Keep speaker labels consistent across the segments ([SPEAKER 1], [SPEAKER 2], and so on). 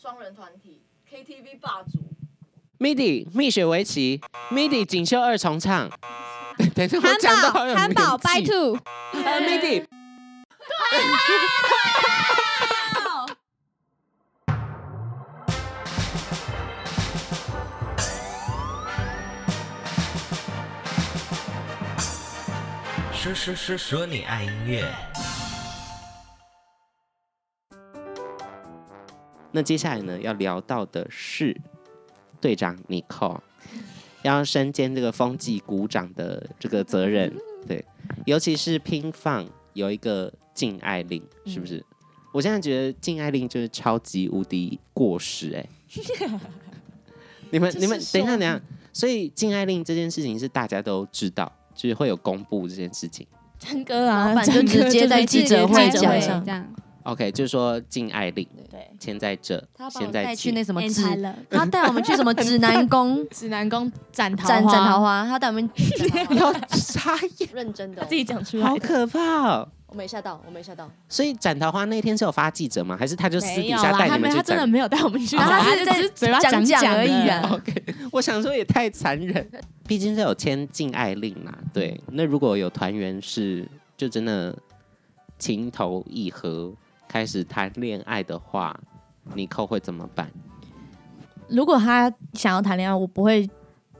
[SPEAKER 1] 双人团体 KTV 霸主，
[SPEAKER 2] MIDI 蜜雪维奇，MIDI 锦绣二重唱。 等一下，我讲
[SPEAKER 3] 韩
[SPEAKER 2] 到
[SPEAKER 3] 宝
[SPEAKER 2] 好有
[SPEAKER 3] 韩宝
[SPEAKER 2] 年
[SPEAKER 3] 拜
[SPEAKER 2] 纪
[SPEAKER 3] 兔，
[SPEAKER 2] 呃，MIDI
[SPEAKER 4] 说说说说你爱音乐，
[SPEAKER 2] 那接下来呢，要聊到的是队长 Nicole 要身兼这个风纪股长的这个责任，对，尤其是拼放有一个禁爱令，是不是？我现在觉得禁爱令就是超级无敌过 时、哎，你们
[SPEAKER 3] 这
[SPEAKER 2] 你们
[SPEAKER 3] 是
[SPEAKER 2] 等一下
[SPEAKER 3] 什么
[SPEAKER 2] 等一下，所以禁爱令这件事情是大家都知道，就是会有公布这件事情。
[SPEAKER 3] 陈哥啊，
[SPEAKER 5] 老板就直接在记者会讲
[SPEAKER 3] 上
[SPEAKER 5] 这样，
[SPEAKER 2] OK，就是说禁爱令，
[SPEAKER 3] 对，
[SPEAKER 2] 现在这
[SPEAKER 3] 他，把我
[SPEAKER 2] 现在
[SPEAKER 5] 带去
[SPEAKER 2] 起，
[SPEAKER 5] 那什么指，
[SPEAKER 3] 了，
[SPEAKER 5] 他带我们去什么 指南宫
[SPEAKER 6] 指南宫斩桃
[SPEAKER 5] 斩斩桃
[SPEAKER 6] 花，
[SPEAKER 5] 花，他带我们
[SPEAKER 2] 要插眼，
[SPEAKER 3] 认真的
[SPEAKER 6] 他
[SPEAKER 3] 哦
[SPEAKER 6] 自，己讲出来
[SPEAKER 2] 好
[SPEAKER 6] 的。
[SPEAKER 2] 可怕哦！
[SPEAKER 3] 我没吓到，我没吓到，
[SPEAKER 2] 所以斩桃花那天是有发记者吗？还是他就私
[SPEAKER 6] 没
[SPEAKER 2] 底
[SPEAKER 6] 有
[SPEAKER 2] 下
[SPEAKER 6] 啦，
[SPEAKER 2] 带
[SPEAKER 6] 他
[SPEAKER 2] 你
[SPEAKER 6] 没
[SPEAKER 2] 们
[SPEAKER 6] 他
[SPEAKER 2] 去
[SPEAKER 6] 真的
[SPEAKER 2] 斩？
[SPEAKER 6] 没有带我们去
[SPEAKER 5] 啊
[SPEAKER 6] 斩，
[SPEAKER 5] 他
[SPEAKER 6] 就
[SPEAKER 5] 在
[SPEAKER 6] 只哦是嘴巴讲
[SPEAKER 5] 讲
[SPEAKER 6] 而已
[SPEAKER 5] 讲而已
[SPEAKER 6] 啊。
[SPEAKER 2] OK，我 想说也太残忍，毕竟是有签禁爱令啦。对，那如果有团员是就真的情投意合开始谈恋爱的话，你扣会怎么办？
[SPEAKER 6] 如果他想要谈恋爱，我不会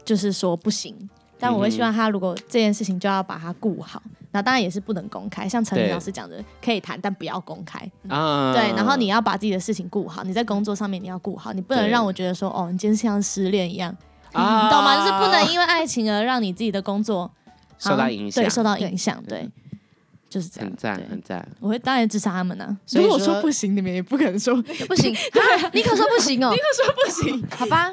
[SPEAKER 6] 就是说不行，但我会希望他如果这件事情就要把它顾好。那当然也是不能公开，像陈
[SPEAKER 2] 对
[SPEAKER 6] 老师讲的，可以谈，但不要公开。
[SPEAKER 2] 啊、
[SPEAKER 6] 嗯对，然后你要把自己的事情顾好，你在工作上面你要顾好，你不能
[SPEAKER 2] 对
[SPEAKER 6] 让我觉得说，哦，你今天像失恋一样，
[SPEAKER 2] 啊
[SPEAKER 6] 你懂吗？就是不能因为爱情而让你自己的工作
[SPEAKER 2] 受到影响，
[SPEAKER 6] 对，受到影响，
[SPEAKER 2] 对
[SPEAKER 6] 对，就是这样。
[SPEAKER 2] 很赞
[SPEAKER 6] 对
[SPEAKER 2] 很赞。
[SPEAKER 6] 我会当然支持他们啊呢。
[SPEAKER 2] 所以
[SPEAKER 6] 如果
[SPEAKER 2] 说
[SPEAKER 6] 说不行，你们也不可能说
[SPEAKER 5] 不行，啊尼克说 不行哦，
[SPEAKER 6] 不行。
[SPEAKER 5] 好吧，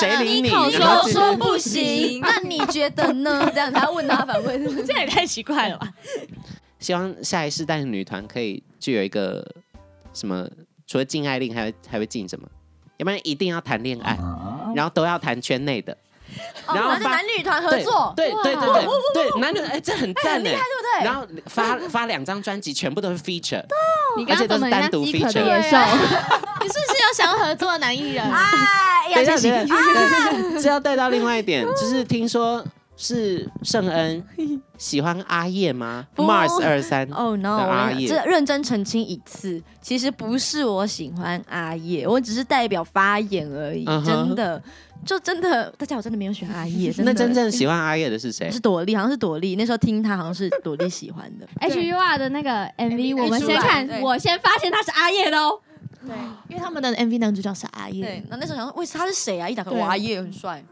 [SPEAKER 2] 谁理你？
[SPEAKER 5] 口
[SPEAKER 2] 你了
[SPEAKER 5] 说
[SPEAKER 2] 解
[SPEAKER 5] 说 不行，那你觉得呢？ 这样他问他反问，
[SPEAKER 6] 这 样也太奇怪了吧？
[SPEAKER 2] 希望下一世代的女团可以具有一个什么，除了禁爱令还，还会还会禁什么？要不然一定要谈恋爱，然后都要谈圈内的，
[SPEAKER 5] 哦
[SPEAKER 2] 然后
[SPEAKER 5] 那就
[SPEAKER 2] 发
[SPEAKER 5] 男女团合
[SPEAKER 2] 对
[SPEAKER 5] 作，哦
[SPEAKER 2] 对对对对对，男女哎、这很赞哎、
[SPEAKER 5] 对
[SPEAKER 2] 然后发发两张专辑，全部都是 feature，
[SPEAKER 5] 你
[SPEAKER 2] 而且都是单独 feature。
[SPEAKER 5] 兽，
[SPEAKER 6] 啊你是不是有想要合作的男艺 人？啊
[SPEAKER 5] 哎
[SPEAKER 2] 等一下，
[SPEAKER 5] 呀，这
[SPEAKER 2] 等
[SPEAKER 5] 行
[SPEAKER 2] 一下，对这要带到另外一点，就是听说是圣恩喜欢阿叶吗
[SPEAKER 5] 不
[SPEAKER 2] ？Mars 二三
[SPEAKER 5] 哦 no！
[SPEAKER 2] 的阿
[SPEAKER 5] 我
[SPEAKER 2] 叶
[SPEAKER 5] 这认真澄清一次，其实不是我喜欢阿叶，我只是代表发言而已。
[SPEAKER 2] 嗯哼
[SPEAKER 5] 真的，就真的，大家我真的没有喜欢 阿叶，真的。
[SPEAKER 2] 那真正喜欢阿叶的是谁？
[SPEAKER 5] 是朵莉，好像是朵莉。那时候听她好像是朵莉喜欢 的。
[SPEAKER 6] 对
[SPEAKER 7] H U R 的那个 MV，我们
[SPEAKER 5] 出
[SPEAKER 7] 先
[SPEAKER 5] 来
[SPEAKER 7] 看
[SPEAKER 5] 对，
[SPEAKER 7] 我先发现他是阿叶喽。
[SPEAKER 6] 因为他们的 MV 男主角是阿
[SPEAKER 5] 对
[SPEAKER 6] 叶，，
[SPEAKER 5] 那那时候想说，喂，他是谁啊？一打开，
[SPEAKER 6] 对
[SPEAKER 5] 哇，阿叶很帅，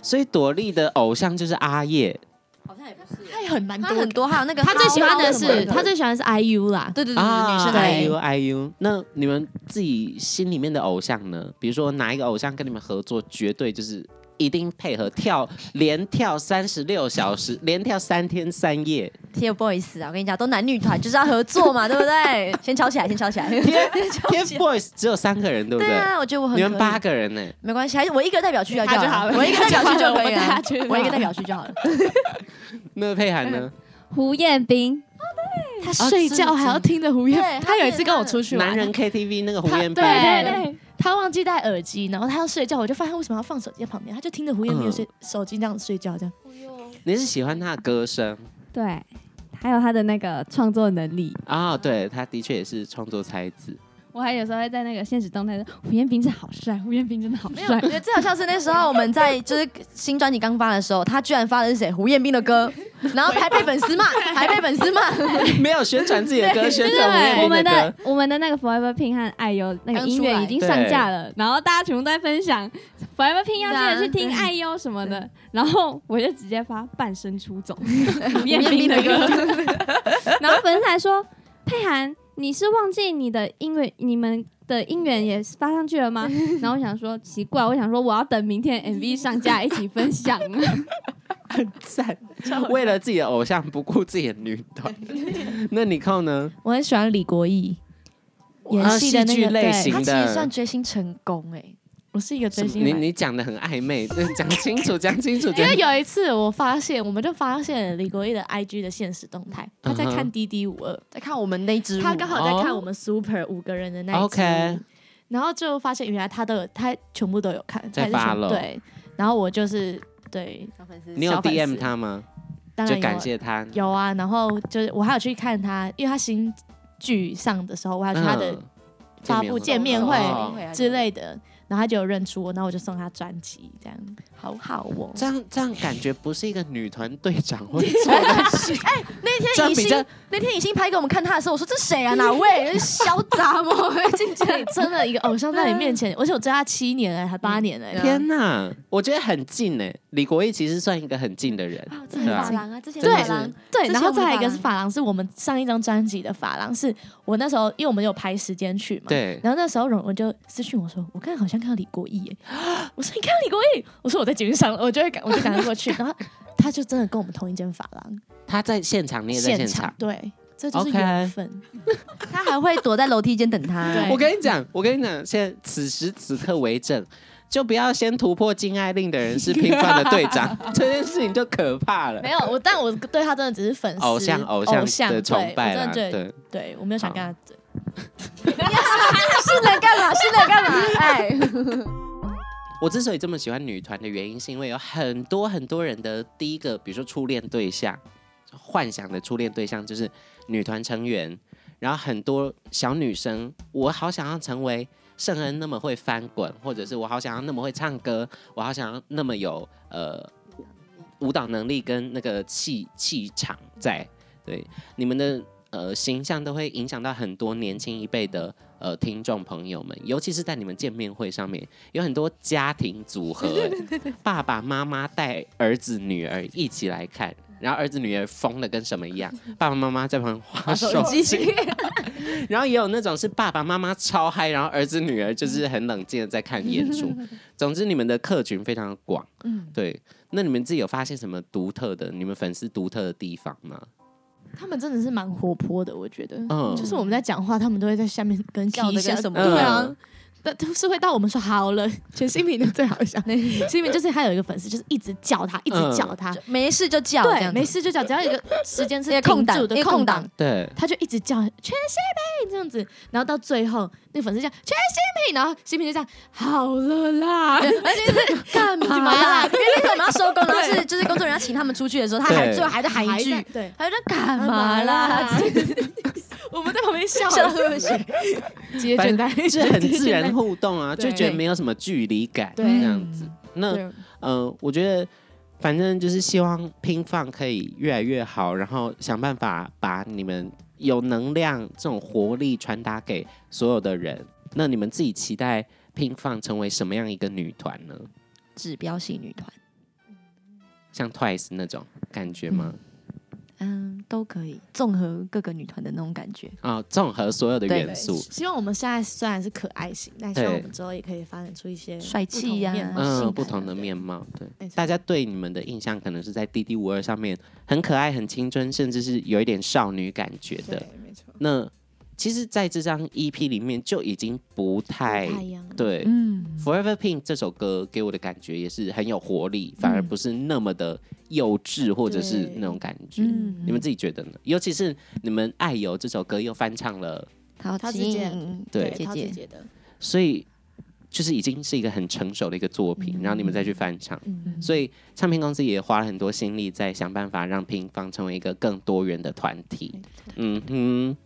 [SPEAKER 2] 所以朵莉的偶像就是阿叶，
[SPEAKER 5] 好像也不是，
[SPEAKER 6] 他也很蛮
[SPEAKER 5] 他很
[SPEAKER 6] 多。
[SPEAKER 5] 多，还有那个
[SPEAKER 7] 他最喜欢的
[SPEAKER 5] 哈
[SPEAKER 7] 是，
[SPEAKER 5] 喽什么
[SPEAKER 7] 他最喜欢的是 I U 啦。
[SPEAKER 5] 对
[SPEAKER 6] 嗯
[SPEAKER 5] 对对对，
[SPEAKER 2] 啊
[SPEAKER 5] 女生的
[SPEAKER 2] 哎
[SPEAKER 5] 哎
[SPEAKER 2] 呦哎呦，那你们自己心里面的偶像呢？比如说哪一个偶像跟你们合作，绝对就是一定配合跳，连跳三十六小时，连跳三天三夜。
[SPEAKER 5] TFBOYS 啊，我跟你讲，都男女团就是要合作嘛，对不对？ 先吵起 来，先吵起来。
[SPEAKER 2] TFBOYS 只有三个人，对不
[SPEAKER 5] 对
[SPEAKER 2] 对？
[SPEAKER 5] 啊，我觉得我很
[SPEAKER 2] 你
[SPEAKER 5] 可
[SPEAKER 2] 们
[SPEAKER 5] 以
[SPEAKER 2] 八个人呢、
[SPEAKER 5] 没关系，还是我一个代表去就
[SPEAKER 6] 他就好
[SPEAKER 5] 好
[SPEAKER 6] 了
[SPEAKER 5] 我一个代表去就可以
[SPEAKER 6] 我带
[SPEAKER 5] 了
[SPEAKER 6] 他去，
[SPEAKER 5] 我一个代表去就好了。
[SPEAKER 2] 那佩涵呢？
[SPEAKER 7] 胡彦斌，
[SPEAKER 6] 他睡觉还要听着胡彦
[SPEAKER 5] 对，
[SPEAKER 6] 他有一次跟我出去玩，
[SPEAKER 2] 男人 KTV 那个胡
[SPEAKER 6] 他
[SPEAKER 2] 彦斌，
[SPEAKER 6] 对他忘记戴耳机，然后他要睡觉，我就发现他为什么要放手机在旁边，他就听着胡彦斌的睡手机这样睡觉，这样
[SPEAKER 2] 你是喜欢他的歌声
[SPEAKER 7] 对，还有他的那个创作能力，
[SPEAKER 2] 啊、对他的确也是创作才子。
[SPEAKER 7] 我还有时候会在那个现实动态说胡彦斌真的好帅，胡彦斌真的好
[SPEAKER 5] 没有，我
[SPEAKER 7] 帅
[SPEAKER 5] 觉。得最好笑是那时候我们在就是新专辑刚发的时候，他居然发的是谁胡彦斌的歌，然后还被粉丝骂，还被粉丝骂。
[SPEAKER 2] 没有宣传自己的歌，宣传胡彦
[SPEAKER 7] 我们
[SPEAKER 2] 斌歌
[SPEAKER 7] 的。我们的那个 Forever Pink 和爱优那个音乐已经上架了，然后大家全部都在分享 Forever Pink 要
[SPEAKER 5] 啊
[SPEAKER 7] 记得去听爱优什么的，然后我就直接发半身 出走胡彦斌的歌， 然后粉丝还说佩涵你是忘记你的音乐你们。的音源也发上去了吗？ 然后我想说奇怪，我想说我要等明天 MV 上架一起分享啊。
[SPEAKER 2] 赞， 为了自己的偶像不顾自己的女 团。那你靠呢？
[SPEAKER 6] 我很喜欢李国义演
[SPEAKER 2] 啊
[SPEAKER 6] 呃戏
[SPEAKER 2] 戏
[SPEAKER 6] 的那
[SPEAKER 2] 剧
[SPEAKER 6] 个
[SPEAKER 2] 类
[SPEAKER 6] 对
[SPEAKER 2] 型
[SPEAKER 5] 他
[SPEAKER 2] 的
[SPEAKER 5] 其实算追星成功哎、
[SPEAKER 6] 我是一个追
[SPEAKER 2] 什
[SPEAKER 6] 星
[SPEAKER 2] 么你
[SPEAKER 6] 粉
[SPEAKER 2] 你讲的很暧昧，对讲清楚，讲清楚。
[SPEAKER 6] 因
[SPEAKER 2] 讲
[SPEAKER 6] 为有一次我发现，我们就发现李国义的 IG 的现实动态，他在
[SPEAKER 2] 嗯哼
[SPEAKER 6] 看滴滴五二，
[SPEAKER 5] 在看我们那一支舞，
[SPEAKER 6] 他刚好
[SPEAKER 2] 哦
[SPEAKER 6] 在看我们 Super 五个人的那一 集
[SPEAKER 2] OK，
[SPEAKER 6] 然后就发现原来他都有，他全部都有看，
[SPEAKER 2] 在
[SPEAKER 6] 他是全
[SPEAKER 2] follow
[SPEAKER 6] 对，然后我就是对，
[SPEAKER 3] 小粉丝，
[SPEAKER 2] 你有
[SPEAKER 6] 小粉丝
[SPEAKER 2] DM 他吗？
[SPEAKER 6] 当然
[SPEAKER 2] 就
[SPEAKER 6] 有
[SPEAKER 2] 感谢他。
[SPEAKER 6] 有啊，然后就是我还有去看他，因为他新剧上的时候，我还去他的
[SPEAKER 2] 嗯
[SPEAKER 6] 发布见面
[SPEAKER 2] 会
[SPEAKER 6] 会
[SPEAKER 2] 哦
[SPEAKER 6] 之类的，然后他就有认出我，那我就送他专辑，这样好好哦。
[SPEAKER 2] 这样这样感觉不是一个女团队长 会做的事。哎，那
[SPEAKER 5] 以
[SPEAKER 2] 比
[SPEAKER 5] 心
[SPEAKER 2] 较
[SPEAKER 5] 那天以欣拍给我们看他的时候，我说这谁啊？哪 位？小杂毛， 进去
[SPEAKER 6] 所以真的一个偶像在你面前，而且我追他七年了，还八年了，
[SPEAKER 2] 天哪，我觉得很近哎。李国毅其实算一个很近的人，
[SPEAKER 6] 哦
[SPEAKER 2] 对
[SPEAKER 5] 发
[SPEAKER 2] 啊，
[SPEAKER 5] 廊啊，之前
[SPEAKER 2] 真的
[SPEAKER 5] 发
[SPEAKER 2] 是
[SPEAKER 5] 廊，
[SPEAKER 6] 对，
[SPEAKER 5] 之前
[SPEAKER 6] 然后再来
[SPEAKER 5] 我
[SPEAKER 6] 一
[SPEAKER 5] 们
[SPEAKER 6] 个是发廊，是我们上一张专辑的发廊，是我那时候因为我们有排时间去嘛，
[SPEAKER 2] 对，
[SPEAKER 6] 然后那时候荣文就私讯我说，我刚才好像看到李国毅耶，我说你看到李国毅，我说我在捷运上了，我就会赶我就赶快过去，然后他就真的跟我们同一间发廊，
[SPEAKER 2] 他在现场，你也在现场。
[SPEAKER 6] 对，这就是
[SPEAKER 2] OK
[SPEAKER 6] 缘分，
[SPEAKER 5] 他还会躲在楼梯间等他。
[SPEAKER 6] 对
[SPEAKER 2] 我跟你讲， 我跟你讲，现在此时此刻为证，就不要先突破禁爱令的人是平凡的队 长，这件事情就可怕了
[SPEAKER 6] 没。有我，但我对他真的只是粉丝
[SPEAKER 2] 偶像偶
[SPEAKER 6] 像
[SPEAKER 2] 像的
[SPEAKER 6] 对
[SPEAKER 2] 崇拜
[SPEAKER 6] 我
[SPEAKER 2] 啦，
[SPEAKER 6] 真的觉得
[SPEAKER 2] 对，
[SPEAKER 6] 对我没有想跟他对
[SPEAKER 5] 是能干嘛？是能干嘛？ 哎，
[SPEAKER 2] 我之所以这么喜欢女团的原因，是因为有很多很多人的第一个，比如说初恋对象，幻想的初恋对象就是女团成员，然后很多小女生，我好想要成为圣恩那么会翻滚，或者是我好想要那么会唱歌，我好想要那么有呃舞蹈能力跟那个气气场在。对，你们的呃形象都会影响到很多年轻一辈的呃听众朋友们，尤其是在你们见面会上面，有很多家庭组合、欸爸爸妈妈带儿子女儿一起来看，然后儿子女儿疯的跟什么一样，爸爸妈妈在旁边 划手机，然后也有那种是爸爸妈妈超嗨，然后儿子女儿就是很冷静的在看演出。
[SPEAKER 6] 嗯
[SPEAKER 2] 总之，你们的客群非常广，嗯，对。那你们自己有发现什么独特的你们粉丝独特的地方吗？
[SPEAKER 6] 他们真的是蛮活泼的，我觉得，
[SPEAKER 2] 嗯
[SPEAKER 6] 就是我们在讲话，他们都会在下面跟
[SPEAKER 5] 笑得
[SPEAKER 6] 踢一下
[SPEAKER 5] 跟什么
[SPEAKER 6] 对
[SPEAKER 2] 一
[SPEAKER 6] 啊
[SPEAKER 2] 样。
[SPEAKER 6] 但都是会到我们说好 了，全新品的最好笑。新品就是他有一个粉丝，就是一直叫他，一直叫他，
[SPEAKER 5] 没事就嗯叫，这
[SPEAKER 6] 对，
[SPEAKER 5] 样子
[SPEAKER 6] 没事就叫，只要有一个时间是
[SPEAKER 5] 一个空档
[SPEAKER 6] 停住
[SPEAKER 5] 一
[SPEAKER 6] 的
[SPEAKER 5] 个空
[SPEAKER 6] 空
[SPEAKER 5] 档
[SPEAKER 6] 档，
[SPEAKER 2] 对，
[SPEAKER 6] 他就一直叫全新品这样子，然后到最后那个粉丝叫全新品，然后新品就这样好了 啦，
[SPEAKER 5] 干嘛啦？因为那个我们要收工，然后是就是工作人员要请他们出去的时候，他还
[SPEAKER 2] 对
[SPEAKER 5] 最后还在喊一
[SPEAKER 6] 还在
[SPEAKER 5] 句，
[SPEAKER 6] 对，
[SPEAKER 5] 他就说干嘛啦？
[SPEAKER 6] 我们在旁边笑，
[SPEAKER 5] 笑到 喝水，
[SPEAKER 6] 接
[SPEAKER 2] 反正
[SPEAKER 6] 着带，
[SPEAKER 2] 就是很自然互动啊，就
[SPEAKER 6] 对
[SPEAKER 2] 觉得没有什么距离感这
[SPEAKER 6] 对
[SPEAKER 2] 样子。
[SPEAKER 5] 嗯
[SPEAKER 2] 那
[SPEAKER 6] 对
[SPEAKER 2] 呃，我觉得反正就是希望拼放可以越来越好，然后想办法把你们有能量这种活力传达给所有的人。那你们自己期待拼放成为什么样一个女团呢？
[SPEAKER 5] 指标性女团，
[SPEAKER 2] 像 Twice 那种感觉吗？
[SPEAKER 5] 嗯，都可以，综合各个女团的那种感觉。
[SPEAKER 2] 啊、综合所有的
[SPEAKER 5] 对
[SPEAKER 2] 元素，
[SPEAKER 6] 希望我们现在虽然是可爱型，但希望
[SPEAKER 2] 对
[SPEAKER 6] 我们之后也可以发展出一些
[SPEAKER 5] 帅气呀
[SPEAKER 6] 不同面
[SPEAKER 2] 嗯，
[SPEAKER 6] 貌啊性
[SPEAKER 2] 不同
[SPEAKER 6] 感
[SPEAKER 2] 的面貌，对，
[SPEAKER 6] 没错
[SPEAKER 2] 大家对你们的印象可能是在滴滴五二上面很可爱、很青春，甚至是有一点少女感觉的。没错。那其实，在这张 EP 里面就已经不太
[SPEAKER 6] 太阳，
[SPEAKER 2] 对，
[SPEAKER 5] 嗯，
[SPEAKER 2] Forever Pink》这首歌给我的感觉也是很有活力，反而
[SPEAKER 5] 嗯
[SPEAKER 2] 不是那么的幼稚或者是那种感觉。
[SPEAKER 5] 嗯
[SPEAKER 2] 你们自己觉得呢？尤其是你们《爱有》这首歌又翻唱了，
[SPEAKER 5] 陶
[SPEAKER 6] 陶
[SPEAKER 5] 晶
[SPEAKER 6] 子姐
[SPEAKER 5] 莹
[SPEAKER 2] 对
[SPEAKER 5] 姐
[SPEAKER 6] 陶姐
[SPEAKER 5] 姐，
[SPEAKER 6] 姐的，
[SPEAKER 2] 所以就是已经是一个很成熟的一个作品，然后你们再去翻唱。
[SPEAKER 6] 嗯，
[SPEAKER 2] 所以唱片公司也花了很多心力在想办法让乒乓成为一个更多元的团体。嗯哼。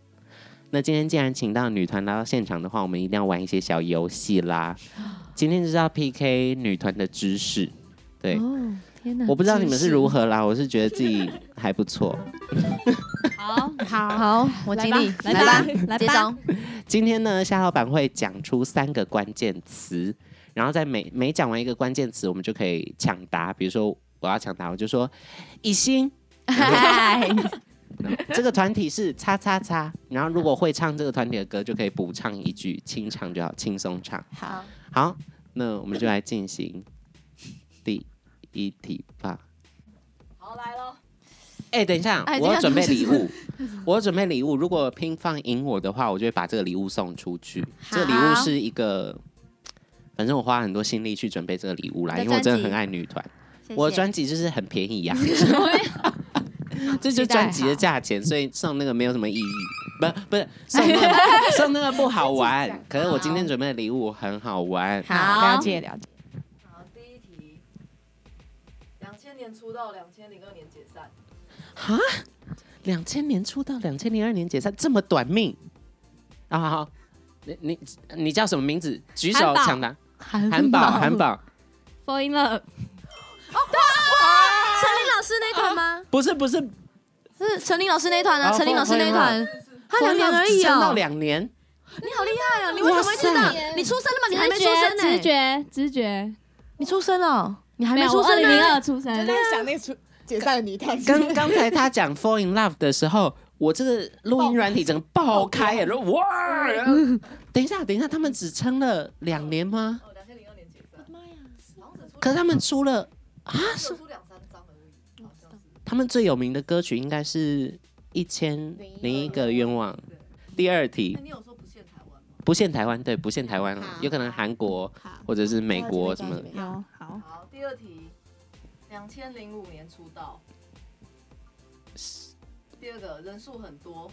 [SPEAKER 2] 那今天既然请到女团来到现场的话，我们一定要玩一些小游戏啦。今天就是要 PK 女团的知识，对，
[SPEAKER 5] 哦，天 哪
[SPEAKER 2] 我不知道你们是如何啦，我是觉得自己还不错。
[SPEAKER 7] 好，
[SPEAKER 5] 好，好，我尽力，
[SPEAKER 7] 来吧
[SPEAKER 5] 来吧，
[SPEAKER 7] 来吧
[SPEAKER 5] 接招，
[SPEAKER 2] 今天呢，夏老板会讲出三个关键词，然后在每每讲完一个关键词，我们就可以抢答。比如说我要抢答，我就说以心，
[SPEAKER 5] 嗨，
[SPEAKER 2] 这个团体是叉叉叉，然后如果会唱这个团体的歌，就可以补唱一句，清唱就好，轻松唱。
[SPEAKER 5] 好，
[SPEAKER 2] 好，那我们就来进行第一题吧。
[SPEAKER 1] 好来喽，
[SPEAKER 2] 哎、等一下，
[SPEAKER 5] 哎
[SPEAKER 2] 我
[SPEAKER 5] 这
[SPEAKER 2] 要
[SPEAKER 5] 样
[SPEAKER 2] 准备礼物， 我要准备礼物。如果拼放赢我的话，我就会把这个礼物送出去。这个礼物是一个，反正我花很多心力去准备这个礼物啦，
[SPEAKER 5] 你的
[SPEAKER 2] 因为我真的
[SPEAKER 5] 专辑
[SPEAKER 2] 很爱女团。
[SPEAKER 5] 谢
[SPEAKER 2] 我的
[SPEAKER 5] 谢
[SPEAKER 2] 专辑就是很 便宜呀、这就是
[SPEAKER 5] 期待
[SPEAKER 2] 专辑的
[SPEAKER 5] 好
[SPEAKER 2] 价钱，所以送那个没有什么意义。不不是送那 个送那个不好玩，可是我今天准备的礼物很好玩。
[SPEAKER 6] 好，了解了解。
[SPEAKER 1] 好，第一题，两千年出道，两千零二年解散，
[SPEAKER 2] 哈，两千年出道，两千零二年解散，这么短命啊！好好，你你你叫什么名字？举手
[SPEAKER 7] 韩宝
[SPEAKER 2] 抢答。
[SPEAKER 6] 韩
[SPEAKER 2] 韩宝，韩宝，
[SPEAKER 7] Fall in love，
[SPEAKER 5] 哦陈琳老师那团吗？
[SPEAKER 2] 不是不是，
[SPEAKER 5] 是陈琳老师那团啊，
[SPEAKER 2] 哦
[SPEAKER 5] 陈琳老师那团，他两年而
[SPEAKER 2] 只
[SPEAKER 5] 已
[SPEAKER 2] 撑到
[SPEAKER 5] 哦。
[SPEAKER 2] 两年，
[SPEAKER 5] 你好厉害啊！你为什么会知
[SPEAKER 2] 哇
[SPEAKER 5] 道
[SPEAKER 2] 塞？
[SPEAKER 5] 你出生了吗？你还没
[SPEAKER 7] 直
[SPEAKER 5] 出生
[SPEAKER 7] 觉，
[SPEAKER 5] 呢、
[SPEAKER 7] 直觉，直觉，
[SPEAKER 5] 你出生了？你还
[SPEAKER 7] 没
[SPEAKER 5] 没
[SPEAKER 7] 有，
[SPEAKER 5] 出
[SPEAKER 7] 二
[SPEAKER 5] 生
[SPEAKER 7] 零
[SPEAKER 5] 呢、
[SPEAKER 7] 零二出生
[SPEAKER 8] 就，在想那出解散的女探
[SPEAKER 2] 刚
[SPEAKER 8] 长，
[SPEAKER 2] 刚才他讲 fall in love 的时候，我这个录音软体整个爆开耶，然后哇！然后等一下，等一下，他们只撑了两年吗？
[SPEAKER 1] 哦，两千零二年解散，好像只出
[SPEAKER 2] 可是他们出了，
[SPEAKER 1] 只有出两三张而已，好像是。
[SPEAKER 2] 他们最有名的歌曲应该是《一千零一个愿望》。
[SPEAKER 1] 嗯
[SPEAKER 2] 第二题
[SPEAKER 1] 哎，，你有说不限台湾吗？
[SPEAKER 2] 不限台湾，对，不限台湾了，有可能韩国
[SPEAKER 7] 好，
[SPEAKER 2] 或者是美
[SPEAKER 6] 哦
[SPEAKER 2] 国什么的。
[SPEAKER 7] 有好，
[SPEAKER 1] 好，第二题，两千零五年出道，哦第二个人数很多，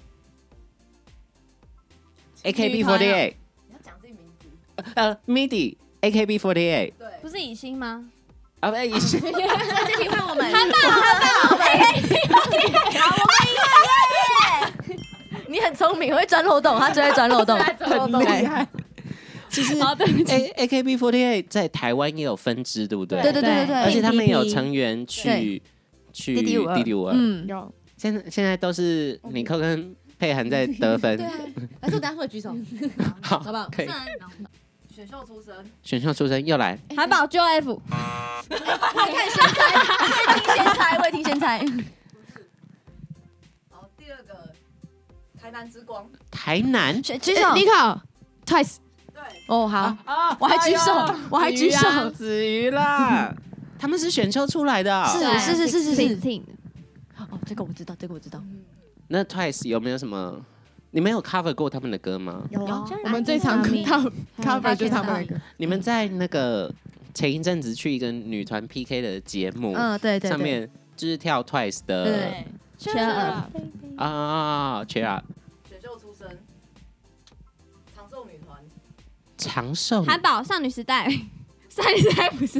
[SPEAKER 2] AKB48，
[SPEAKER 1] 你要讲自己名字，
[SPEAKER 2] 呃，MIDI。AKB48
[SPEAKER 1] 对，
[SPEAKER 7] 不是以心吗？
[SPEAKER 2] 啊，不，也是
[SPEAKER 5] 这题换我们，你很聪明，会钻漏洞，他只会钻漏洞。
[SPEAKER 2] 很厉害。其实
[SPEAKER 7] 好，对不起，
[SPEAKER 2] A AKB48 在台湾也有分支，对不对？
[SPEAKER 5] 对对对对
[SPEAKER 2] 而且
[SPEAKER 5] 对，
[SPEAKER 2] 他们有成员去去
[SPEAKER 5] 滴滴五二，
[SPEAKER 2] 滴滴五二。
[SPEAKER 5] 嗯，
[SPEAKER 8] 有
[SPEAKER 2] 现在现在都是尼克跟佩涵在得分
[SPEAKER 5] 对，啊。还是我等下会举手，
[SPEAKER 2] 好，
[SPEAKER 5] 好不好？
[SPEAKER 2] 可 以。
[SPEAKER 1] 选秀出身，
[SPEAKER 2] 选秀出身又来，
[SPEAKER 7] 韩宝 j o F，
[SPEAKER 5] 快看先猜，未听先猜，未听先猜。
[SPEAKER 1] 好，第二个台南之光，
[SPEAKER 2] 台南
[SPEAKER 5] 举呃举手。
[SPEAKER 8] 考 Twice，
[SPEAKER 1] 对，
[SPEAKER 5] 哦，好，
[SPEAKER 6] 啊
[SPEAKER 5] 我还举手，我还举手。
[SPEAKER 2] 啊子瑜啦，他们是选秀出来的哦。
[SPEAKER 5] 是是是是是。
[SPEAKER 7] ，Sixteen，
[SPEAKER 5] 哦，这个我知道，这个我知道。
[SPEAKER 2] 那 Twice 有没有什么？你们有 cover 过他们的歌吗？
[SPEAKER 8] 有
[SPEAKER 5] 啊
[SPEAKER 8] 我们最常看到
[SPEAKER 6] 嗯
[SPEAKER 8] cover 就是他们的歌，
[SPEAKER 2] 你
[SPEAKER 5] 嗯
[SPEAKER 2] 们在那个前一阵子去一个女团 PK 的节目，
[SPEAKER 5] 嗯，对对
[SPEAKER 2] 上
[SPEAKER 5] 对。
[SPEAKER 2] 面就是跳 Twice 的
[SPEAKER 5] 对，
[SPEAKER 7] 全耳，
[SPEAKER 2] 啊啊 c h e e r Up
[SPEAKER 1] 选秀出身，长寿女团，
[SPEAKER 2] 长寿
[SPEAKER 7] 韩宝少女时代，少女时代 不是，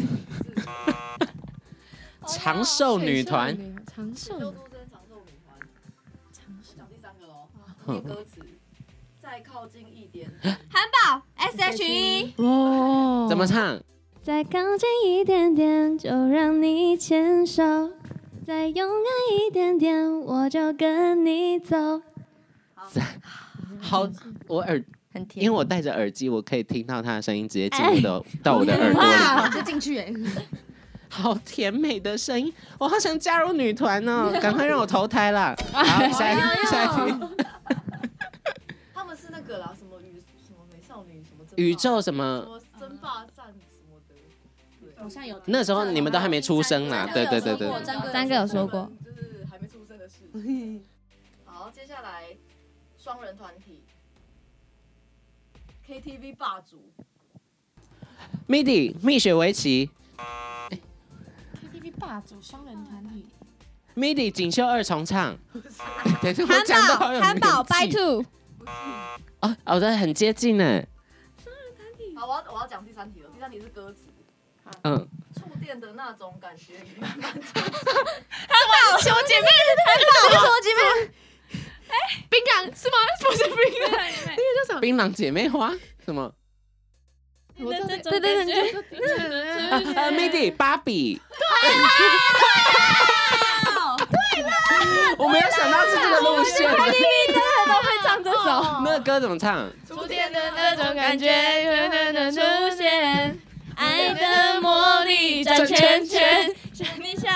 [SPEAKER 2] 长寿女团，
[SPEAKER 8] 长寿
[SPEAKER 1] 选秀
[SPEAKER 8] 女
[SPEAKER 1] 出身长寿女团，讲第三个喽，
[SPEAKER 2] 哦
[SPEAKER 1] 念歌词，再靠近一点，
[SPEAKER 7] 韩宝 S H E，
[SPEAKER 5] 哦
[SPEAKER 2] 怎么？唱？
[SPEAKER 7] 再靠近一点点，就让你牵手；再勇敢一点点，我就跟你走。
[SPEAKER 2] 好，我耳，
[SPEAKER 5] 很
[SPEAKER 2] 因
[SPEAKER 5] 甜，哎
[SPEAKER 2] 为我戴着耳机，我可以听到她的声音直接进入到到我的耳朵里，
[SPEAKER 5] 哇，就进去哎。
[SPEAKER 2] 好甜美的声音，我好想加入女团哦， 赶快让我投胎啦！好，下一题，下一题，
[SPEAKER 1] 他们是那个啦，什么宇什么美少女，什么
[SPEAKER 2] 宇宙什
[SPEAKER 1] 什
[SPEAKER 2] 么？
[SPEAKER 1] 么争霸战什么的，好像有
[SPEAKER 2] 那时候你们都还没出生啦，啊对对对对，
[SPEAKER 7] 三个有说过，
[SPEAKER 1] 就是还没出生的事。 好，接下来双人团体 KTV 霸主，
[SPEAKER 2] ，MIDI 蜜雪维奇
[SPEAKER 8] ，KTV 霸主双人团体，
[SPEAKER 2] ，MIDI 锦绣二重唱， 等一下我讲的好有
[SPEAKER 7] 韩宝 By
[SPEAKER 2] 年纪
[SPEAKER 7] Two，
[SPEAKER 2] 哦哦，对，很接近呢，
[SPEAKER 1] 好，我要我要讲第三题了，第三题是歌词，
[SPEAKER 2] 嗯，
[SPEAKER 1] 触电的那种感 觉与
[SPEAKER 8] 小姐妹，
[SPEAKER 5] 这是我姐妹。
[SPEAKER 8] 槟榔是吗？不是槟榔，
[SPEAKER 2] 槟榔姐妹花什么？
[SPEAKER 8] 我知道这
[SPEAKER 7] 对对对，
[SPEAKER 2] 啊呃，MIDI 芭比。对了，我没有想到是这个路线。
[SPEAKER 7] 都会唱这首。
[SPEAKER 2] 那歌怎么唱？
[SPEAKER 8] 初恋的那种
[SPEAKER 7] 感觉可能出现爱的魔力转圈圈，想你想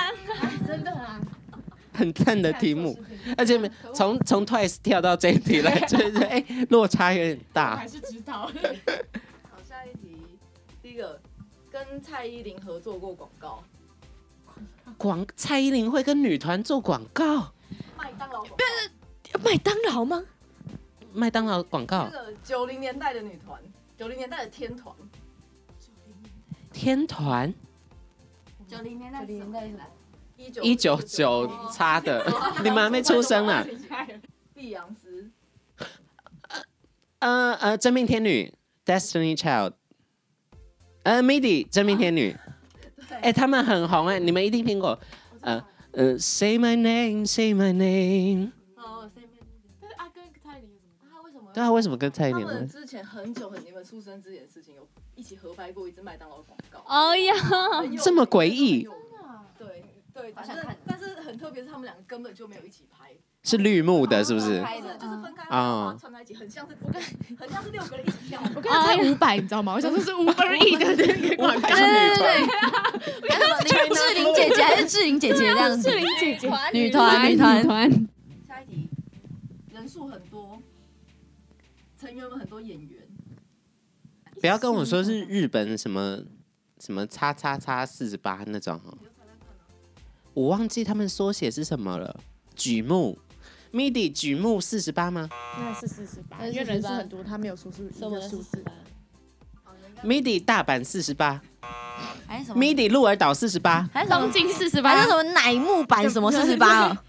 [SPEAKER 2] 很赞的题目，而且没从从 Twice 跳到这一题来，就是哎、落差有点大。
[SPEAKER 8] 是知道，
[SPEAKER 1] 好，下一题，第一个跟蔡依林合作过广告，
[SPEAKER 2] 广蔡依林会跟女团做广告，
[SPEAKER 1] 麦当劳广告，
[SPEAKER 5] 麦当劳吗？
[SPEAKER 2] 麦当劳广告
[SPEAKER 1] 这，个九零年代的女团，九零年代的天团，
[SPEAKER 2] 天团
[SPEAKER 1] 九零年代
[SPEAKER 8] 90年代是什么
[SPEAKER 1] 一九
[SPEAKER 2] 一
[SPEAKER 1] 哦
[SPEAKER 2] 啊九九差的，你们还没出生啊？
[SPEAKER 1] 碧昂斯，
[SPEAKER 2] 呃呃，真命天女 Destiny Child，呃 MIDI 真命天女，
[SPEAKER 5] 啊
[SPEAKER 2] 哎、他们很红哎、你们一定听过。呃呃，Say my name，Say my name，
[SPEAKER 8] 哦，谁没？但是阿哥跟蔡依林有什么关系？他为什么
[SPEAKER 2] 对啊，为什么跟蔡依
[SPEAKER 1] 他
[SPEAKER 2] 林
[SPEAKER 1] 们
[SPEAKER 2] 问？
[SPEAKER 1] 之前很久很你们出生之前的事情，有一起合拍过一支麦当劳广告。
[SPEAKER 7] 哦呀，
[SPEAKER 1] 很有
[SPEAKER 2] 这么诡异？
[SPEAKER 1] 对对，
[SPEAKER 3] 好
[SPEAKER 1] 反
[SPEAKER 3] 想
[SPEAKER 1] 正
[SPEAKER 3] 看
[SPEAKER 1] 但是很特别，是他们两个根本就没有一起拍，
[SPEAKER 2] 是绿幕的，是不
[SPEAKER 1] 分
[SPEAKER 2] 是？
[SPEAKER 1] 开的就是分开的，然
[SPEAKER 2] 啊
[SPEAKER 1] 后把它串在一起，很像是我跟很像是六个人一起跳。我
[SPEAKER 6] 刚才五百，你知道吗？我想说是五百亿的那个广告，
[SPEAKER 5] 对对对对，还是林志玲姐姐还是志玲姐姐这样子？
[SPEAKER 7] 玲姐姐，
[SPEAKER 5] 女啊团女团
[SPEAKER 7] 女团，
[SPEAKER 1] 下一题，人数很多，成员们很多演员，
[SPEAKER 2] 不要跟我说是日本什么什么叉叉叉四十八那种哦，我忘记他们缩写是什么了。举目，MIDI 举目四十八吗
[SPEAKER 9] 那是四十八，
[SPEAKER 3] 那是
[SPEAKER 9] 因为人数
[SPEAKER 3] 48
[SPEAKER 9] 很多，他没有说是一
[SPEAKER 3] 什么
[SPEAKER 9] 个数字。
[SPEAKER 2] ？MIDI 大阪四十八
[SPEAKER 5] 还是什么？
[SPEAKER 2] ，MIDI 鹿儿岛四十八，
[SPEAKER 5] 还是什
[SPEAKER 6] 东
[SPEAKER 5] 么？
[SPEAKER 6] 京四十
[SPEAKER 5] 还
[SPEAKER 6] 八
[SPEAKER 5] 是，什么乃木坂什么四十八啊？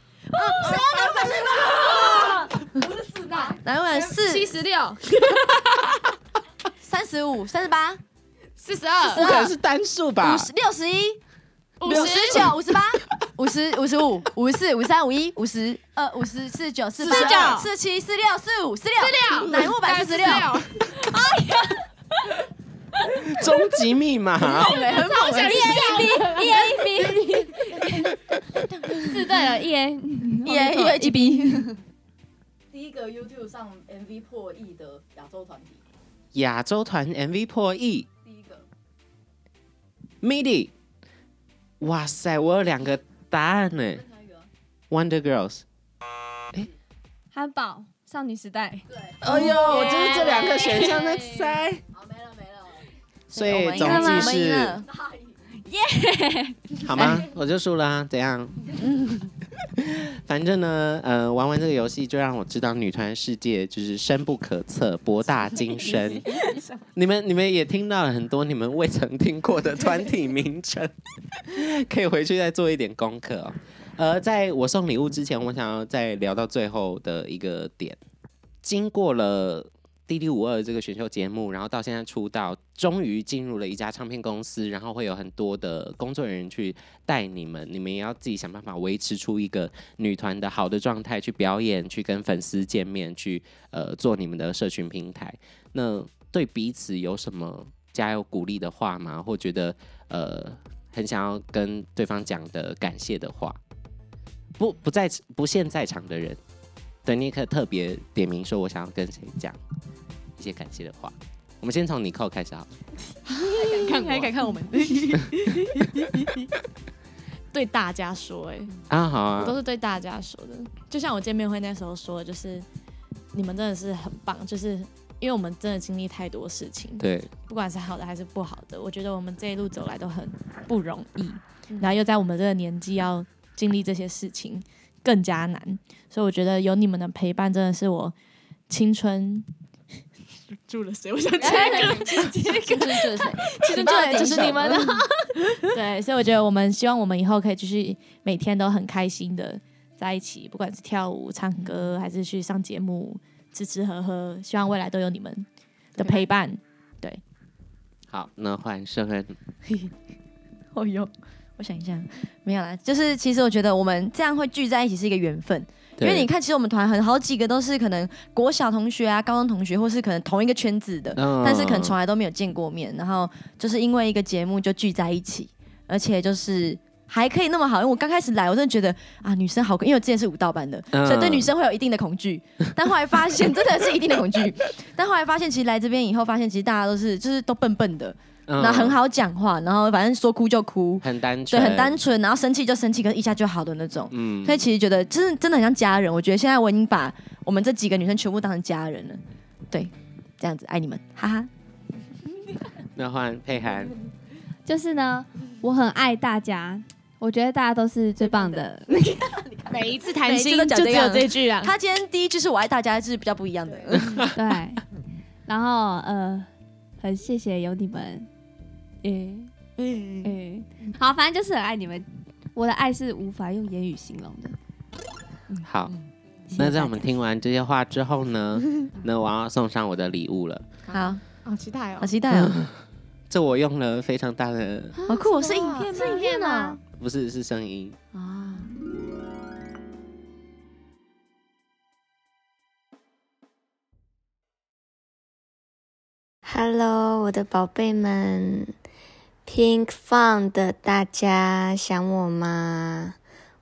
[SPEAKER 5] 乃木坂四
[SPEAKER 9] 七十六、
[SPEAKER 5] 三十五、三十八、
[SPEAKER 9] 四十二
[SPEAKER 2] 不、可能是单数吧
[SPEAKER 5] 五？十六十一、
[SPEAKER 9] 五
[SPEAKER 5] 五十九、五十八、五十、五十五、五十四、五十三、五一、五十二、五十四九、四八、四七、四六、四五、四六、乃木坂四十六，
[SPEAKER 2] 终极密码，
[SPEAKER 5] 很猛哎，
[SPEAKER 7] 是对了，E A
[SPEAKER 5] 一 A 一 A 一 B，
[SPEAKER 1] 第一个 YouTube 上 MV 破亿的亚洲团体，
[SPEAKER 2] 亚洲团 MV 破亿
[SPEAKER 1] 第一个
[SPEAKER 2] ，MIDI，哇塞，我有两个答案呢
[SPEAKER 1] 再猜一个啊，
[SPEAKER 2] ，Wonder Girls。
[SPEAKER 7] 汉堡少女时代，
[SPEAKER 1] 对，
[SPEAKER 2] 哎呦，我就是这两个选项在猜。
[SPEAKER 1] 好没了没了，
[SPEAKER 2] 所
[SPEAKER 5] 我
[SPEAKER 2] 以
[SPEAKER 5] 们赢
[SPEAKER 2] 总
[SPEAKER 5] 了吗
[SPEAKER 2] 计
[SPEAKER 5] 我们
[SPEAKER 2] 是
[SPEAKER 5] 赢了
[SPEAKER 1] 大意。
[SPEAKER 2] 好吗？我就输了、啊，怎样？ 反正呢，呃，玩完这个游戏就让我知道女团世界就是深不可测，博大精深。你们你们也听到了很多你们未曾听过的团体名称， 可以回去再做一点功课哦。呃，在我送礼物之前，我想要再聊到最后的一个点。经过了《D D 五二》这个选秀节目，然后到现在出道，终于进入了一家唱片公司，然后会有很多的工作人员去带你们，你们也要自己想办法维持出一个女团的好的状态，去表演，去跟粉丝见面，去呃做你们的社群平台。那对彼此有什么加油鼓励的话吗？或觉得呃很想要跟对方讲的感谢的话？不不在不现在场的人，对你也可以特别点名说，我想要跟谁讲一些感谢的话。我们先从尼寇开始好了，
[SPEAKER 6] 看还敢看我们？ 对大家说，哎，
[SPEAKER 2] 啊，好
[SPEAKER 6] 我都
[SPEAKER 2] 啊，
[SPEAKER 6] 是对大家说的。就像我见面会那时候说的，就是你们真的是很棒，就是因为我们真的经历太多事情，
[SPEAKER 2] 对，
[SPEAKER 6] 不管是好的还是不好的，我觉得我们这一路走来都很不容易，然后又在我们这个年纪要经历这些事情更加难，所以我觉得有你们的陪伴真的是我青春。住了谁？我想起来了，
[SPEAKER 5] 青春就是谁？
[SPEAKER 6] 其实
[SPEAKER 5] 就
[SPEAKER 6] 对，
[SPEAKER 5] 是
[SPEAKER 6] 就是你们的。对，所以我觉得我们希望我们以后可以继续每天都很开心的在一起，不管是跳舞、唱歌，还是去上节目，吃吃喝喝，希望未来都有你们的陪伴。
[SPEAKER 2] 好，那换圣恩，
[SPEAKER 5] 哦哟，我想一下，没有啦，就是其实我觉得我们这样会聚在一起是一个缘分，因为
[SPEAKER 2] 对
[SPEAKER 5] 你，看，其实我们团很好几个都是可能国小同学啊、高中同学，或是可能同一个圈子的，
[SPEAKER 2] 嗯
[SPEAKER 5] 但是可能从来都没有见过面，然后就是因为一个节目就聚在一起，而且就是。还可以那么好，因为我刚开始来，我真的觉得啊，女生好，因为我之前是舞蹈班的，
[SPEAKER 2] 嗯
[SPEAKER 5] 所以对女生会有一定的恐惧。但后来发现， 真的是一定的恐惧。但后来发现，其实来这边以后，发现其实大家都是就是都笨笨的，
[SPEAKER 2] 嗯
[SPEAKER 5] 然后很，好讲话，然后反正说哭就哭，
[SPEAKER 2] 很单
[SPEAKER 5] 对，
[SPEAKER 2] 纯，
[SPEAKER 5] 很单，纯，然后生气就生气，可是一下就好的那种。
[SPEAKER 2] 嗯
[SPEAKER 5] 所以其实觉得真的真的很像家人。我觉得现在我已经把我们这几个女生全部当成家人了，对，这样子爱你们，哈 哈。
[SPEAKER 2] 那换佩涵，
[SPEAKER 7] 就是呢，我很爱大家，我觉得大家都是最棒的。
[SPEAKER 6] 每一次
[SPEAKER 5] 每
[SPEAKER 6] 谈
[SPEAKER 5] 一次
[SPEAKER 6] 心
[SPEAKER 5] 都
[SPEAKER 6] 就
[SPEAKER 5] 讲
[SPEAKER 6] 只
[SPEAKER 5] 这样
[SPEAKER 6] 有这句啊啦。
[SPEAKER 5] 他今天第一句是我爱大家，是比较不一样的。
[SPEAKER 7] 对，然后呃，很谢谢有你们，诶诶，好，
[SPEAKER 5] 嗯
[SPEAKER 7] 反正就是很爱你们，我的爱是无法用言语形容的。
[SPEAKER 2] 好，那在我们听完这些话之后呢， 那我要送上我的礼物了。
[SPEAKER 5] 好
[SPEAKER 9] 好期待
[SPEAKER 5] 好期待哦，
[SPEAKER 2] 这我用了非常大的，
[SPEAKER 5] 好酷哦！是影片吗？
[SPEAKER 9] 是影片啊
[SPEAKER 2] 不是是声音。
[SPEAKER 5] 啊！
[SPEAKER 10] Hello，我的宝贝们，Pink Fun 的大家想我吗？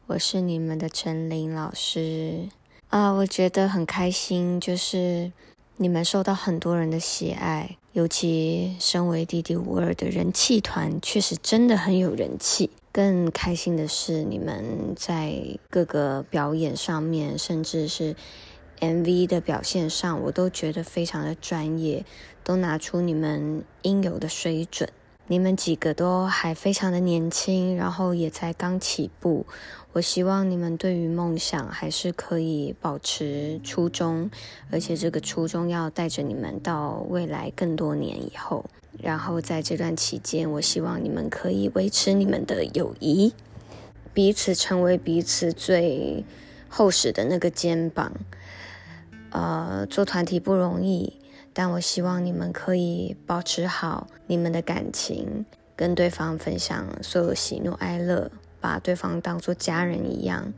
[SPEAKER 10] 我是你们的陈琳老师啊我觉得很开心，就是你们受到很多人的喜爱，尤其身为弟弟五二的人气团，确实真的很有人气。更开心的是，你们在各个表演上面，甚至是 MV 的表现上，我都觉得非常的专业，都拿出你们应有的水准。你们几个都还非常的年轻，然后也才刚起步。我希望你们对于梦想还是可以保持初衷，而且这个初衷要带着你们到未来更多年以后。然后在这段期间，我希望你们可以维持你们的友谊，彼此成为彼此最厚实的那个肩膀。呃，做团体不容易，但我希望你们可以保持好你们的感情，跟对方分享所有喜怒哀乐，把对方当做家人一样，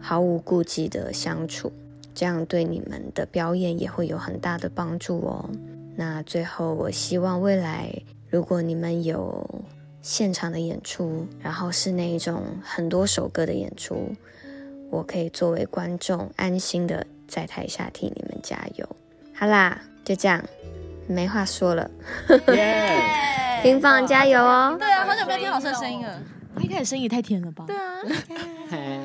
[SPEAKER 10] 毫无顾忌的相处，这样对你们的表演也会有很大的帮助哦。那最后，我希望未来如果你们有现场的演出，然后是那一种很多首歌的演出，我可以作为观众安心的在台下替你们加油。好啦，就这样，没话说了， 平放加油哦！
[SPEAKER 5] 哎对啊，好久没有听老师的声音了。
[SPEAKER 6] 他一开始声音也太甜了吧？对啊，
[SPEAKER 2] 嘿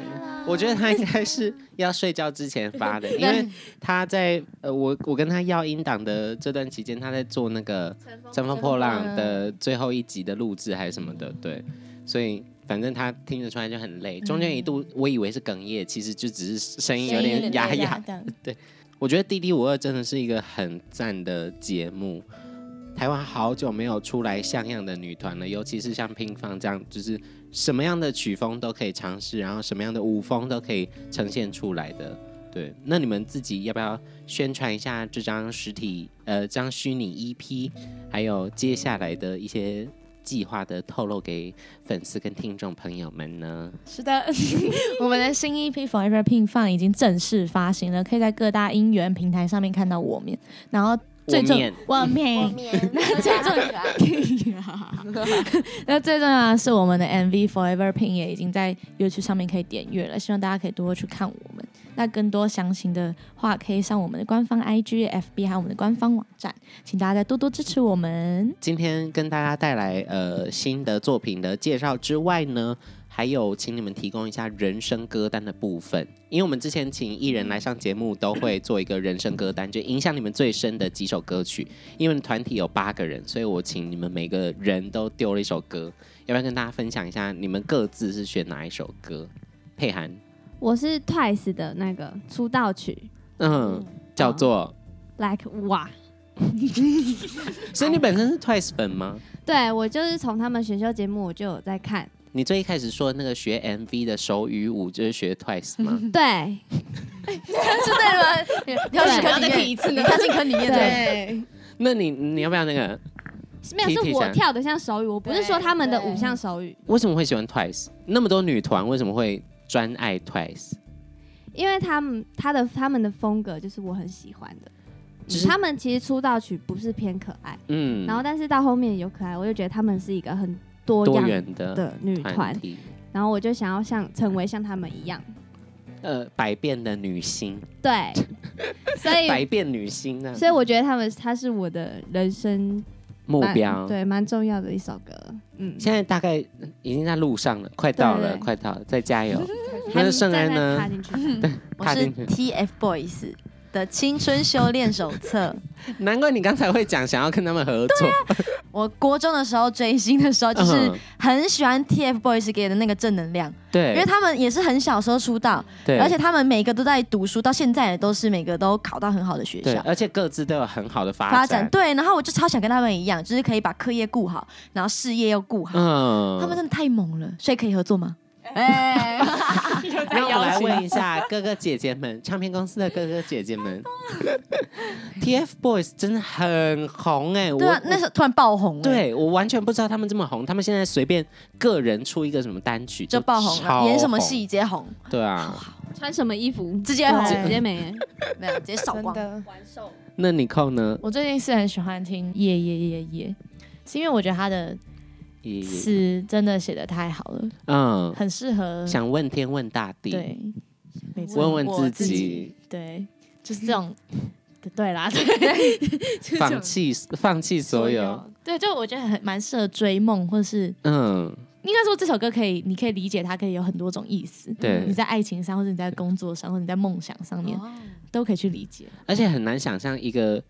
[SPEAKER 2] 我觉得他应该是要睡觉之前发的，因为他在呃，我我跟他要音档的这段期间，他在做那个《乘风破浪》的最后一集的录制还是什么的，对，所以反正他听得出来就很累。中间一度我以为是哽咽，其实就只是嗯声音有点啊哑哑
[SPEAKER 6] 啊这样。
[SPEAKER 2] 我觉得《D D 五二》真的是一个很赞的节目。台湾好久没有出来像样的女团了，尤其是像乒乓这样，就是什么样的曲风都可以尝试，然后什么样的舞风都可以呈现出来的。对，那你们自己要不要宣传一下这张实体呃，这张虚拟 EP，还有接下来的一些计划的透露给粉丝跟听众朋友们呢？
[SPEAKER 6] 是的， 我们的新一批 Forever Pink Fun 已经正式发行了，可以在各大音源平台上面看到我们。然后最重
[SPEAKER 2] 我面
[SPEAKER 6] 我面
[SPEAKER 10] 那
[SPEAKER 6] 最重要，那最重要的是我们的 MV Forever Pink 也已经在 YouTube 上面可以点阅了，希望大家可以多多去看我们。那更多详情的话，可以上我们的官方 IG、FB 还有我们的官方网站，请大家再多多支持我们。
[SPEAKER 2] 今天跟大家带来呃新的作品的介绍之外呢，还有请你们提供一下人生歌单的部分，因为我们之前请艺人来上节目都会做一个人生歌单，就影响你们最深的几首歌曲。因为团体有八个人，所以我请你们每个人都丢了一首歌，要不要跟大家分享一下你们各自是选哪一首歌？佩涵，
[SPEAKER 7] 我是 Twice 的那个出道曲
[SPEAKER 2] 嗯，叫做，
[SPEAKER 7] Like 哇，
[SPEAKER 2] 所以你本身是 Twice 粉吗？
[SPEAKER 7] 对我就是从他们选秀节目我就有在看，
[SPEAKER 2] 你最一开始说那个学 MV 的手语舞就是学 Twice 吗？
[SPEAKER 7] 对，
[SPEAKER 5] 是对吗？你要进坑里面，你跳进坑里面，对，
[SPEAKER 2] 那你你要不要那个？
[SPEAKER 7] 没有
[SPEAKER 2] 踢
[SPEAKER 7] 是
[SPEAKER 2] 皮
[SPEAKER 7] 我
[SPEAKER 2] 绳
[SPEAKER 7] 跳的像手语，我不是说他们的舞像手语，
[SPEAKER 2] 为什么会喜欢 Twice？那么多女团为什么会专爱 Twice？
[SPEAKER 7] 因为他们他的他们的风格就是我很喜欢的。
[SPEAKER 2] 就是
[SPEAKER 7] 他们其实出道曲不是偏可爱，
[SPEAKER 2] 嗯，
[SPEAKER 7] 然后但是到后面有可爱，我就觉得他们是一个很多
[SPEAKER 2] 多
[SPEAKER 7] 样
[SPEAKER 2] 元的
[SPEAKER 7] 的女团
[SPEAKER 2] 团，体，
[SPEAKER 7] 然后我就想要像成为像他们一样，
[SPEAKER 2] 呃，百变的女星，
[SPEAKER 7] 对，所
[SPEAKER 2] 百
[SPEAKER 7] 以
[SPEAKER 2] 变女星啊，
[SPEAKER 7] 哎所以我觉得他们他是我的人生
[SPEAKER 2] 目
[SPEAKER 7] 蛮
[SPEAKER 2] 标。
[SPEAKER 7] 对，蛮重要的一首歌，嗯，
[SPEAKER 2] 现在大概已经在路上了，快到了，
[SPEAKER 7] 对
[SPEAKER 2] 快到了，再加油！
[SPEAKER 7] 还
[SPEAKER 2] 那
[SPEAKER 7] 没
[SPEAKER 2] 圣
[SPEAKER 7] 正
[SPEAKER 2] 安
[SPEAKER 7] 在
[SPEAKER 2] 呢
[SPEAKER 7] 踏进去
[SPEAKER 5] 我
[SPEAKER 2] 踏
[SPEAKER 5] 是
[SPEAKER 2] 进去
[SPEAKER 5] TFBOYS 的青春修炼手册。
[SPEAKER 2] 难怪你刚才会讲想要跟他们合作，
[SPEAKER 5] 我国中的时候追星的时候，就是
[SPEAKER 2] 嗯
[SPEAKER 5] 很喜欢 TFBOYS 给的那个正能量，因为
[SPEAKER 2] 对，
[SPEAKER 5] 他们也是很小时候出道，
[SPEAKER 2] 对，
[SPEAKER 5] 而且他们每个都在读书，到现在也都是每个都考到很好的学
[SPEAKER 2] 对，啊
[SPEAKER 5] 校。
[SPEAKER 2] 而且各自都有很好的
[SPEAKER 5] 发
[SPEAKER 2] 发
[SPEAKER 5] 展
[SPEAKER 2] 展，
[SPEAKER 5] 对，然后我就超想跟他们一样，就是可以把课业顾好，然后事业又顾好。
[SPEAKER 2] 嗯
[SPEAKER 5] 他们真的太猛了，所以可以合作吗？哎，
[SPEAKER 2] 那我来问一 下哥哥姐姐们，唱片公司的哥哥姐姐们 ，TFBOYS 真的很红哎、我
[SPEAKER 5] 对啊，那时候突然爆红了，
[SPEAKER 2] 对我完全不知道他们这么红，他们现在随便个人出一个什么单曲
[SPEAKER 5] 就爆红
[SPEAKER 2] 超
[SPEAKER 5] 了，演什么戏直接红，
[SPEAKER 2] 红？对啊，
[SPEAKER 7] 穿什么衣服，
[SPEAKER 5] 直接红，
[SPEAKER 7] 直接没。
[SPEAKER 5] 没有直接扫
[SPEAKER 6] 真
[SPEAKER 5] 光。
[SPEAKER 6] 的。
[SPEAKER 1] 玩兽，
[SPEAKER 2] 那你扣呢？
[SPEAKER 6] 我最近是很喜欢听夜夜夜夜，是因为我觉得他的
[SPEAKER 2] 也
[SPEAKER 6] 词真的写的太好了，
[SPEAKER 2] 嗯，
[SPEAKER 6] 很适合
[SPEAKER 2] 想问天问大地，
[SPEAKER 6] 对，没错，
[SPEAKER 2] 问问
[SPEAKER 5] 我
[SPEAKER 2] 自
[SPEAKER 5] 自
[SPEAKER 2] 己，
[SPEAKER 6] 对，就是这种， 对 啦，对，就是这
[SPEAKER 2] 放
[SPEAKER 6] 种
[SPEAKER 2] 弃放弃所有，，
[SPEAKER 6] 对，就我觉得很蛮适合追梦，或是
[SPEAKER 2] 嗯，
[SPEAKER 6] 应该说这首歌可以，你可以理解它可以有很多种意思，
[SPEAKER 2] 对
[SPEAKER 6] 你在爱情上，或者你在工作上，或者你在梦想上面，
[SPEAKER 5] 哦
[SPEAKER 6] 都可以去理解。
[SPEAKER 2] 而且很难想象一个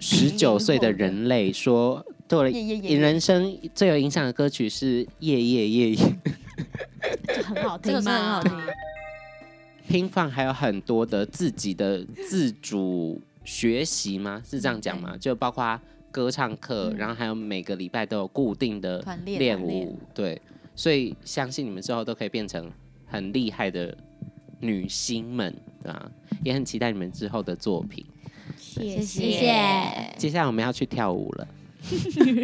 [SPEAKER 2] 十九岁的人类说，对我的
[SPEAKER 5] 夜夜夜夜
[SPEAKER 2] 人生最有影响的歌曲是《夜夜夜夜》。
[SPEAKER 6] 就很好
[SPEAKER 5] 这
[SPEAKER 6] 听
[SPEAKER 5] 个真的很
[SPEAKER 6] 嘛
[SPEAKER 5] 好。听，
[SPEAKER 2] 拼放还有很多的自己的自主学习吗？是这样讲吗？就包括歌唱课，然后还有每个礼拜都有固定的
[SPEAKER 5] 团练
[SPEAKER 2] 练
[SPEAKER 5] 团练
[SPEAKER 2] 舞，对，所以相信你们之后都可以变成很厉害的女星们，对吧？也很期待你们之后的作品。
[SPEAKER 6] 谢
[SPEAKER 5] 谢
[SPEAKER 2] 接下来我们要去跳舞了，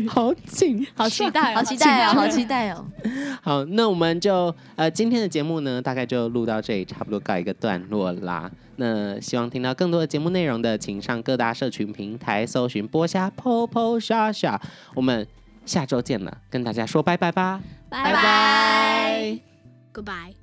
[SPEAKER 2] 好紧
[SPEAKER 6] 好期待哦，
[SPEAKER 5] 好期待哦，好期待哦。
[SPEAKER 2] 好，那我们就呃今天的节目呢，大概就录到这里，差不多告一个段落啦。那希望听到更多的节目内容的，请上各大社群平台搜寻“播虾 po po 莎莎”，我们下周见了，跟大家说拜拜吧，
[SPEAKER 7] 拜拜
[SPEAKER 2] 拜。
[SPEAKER 9] Goodbye。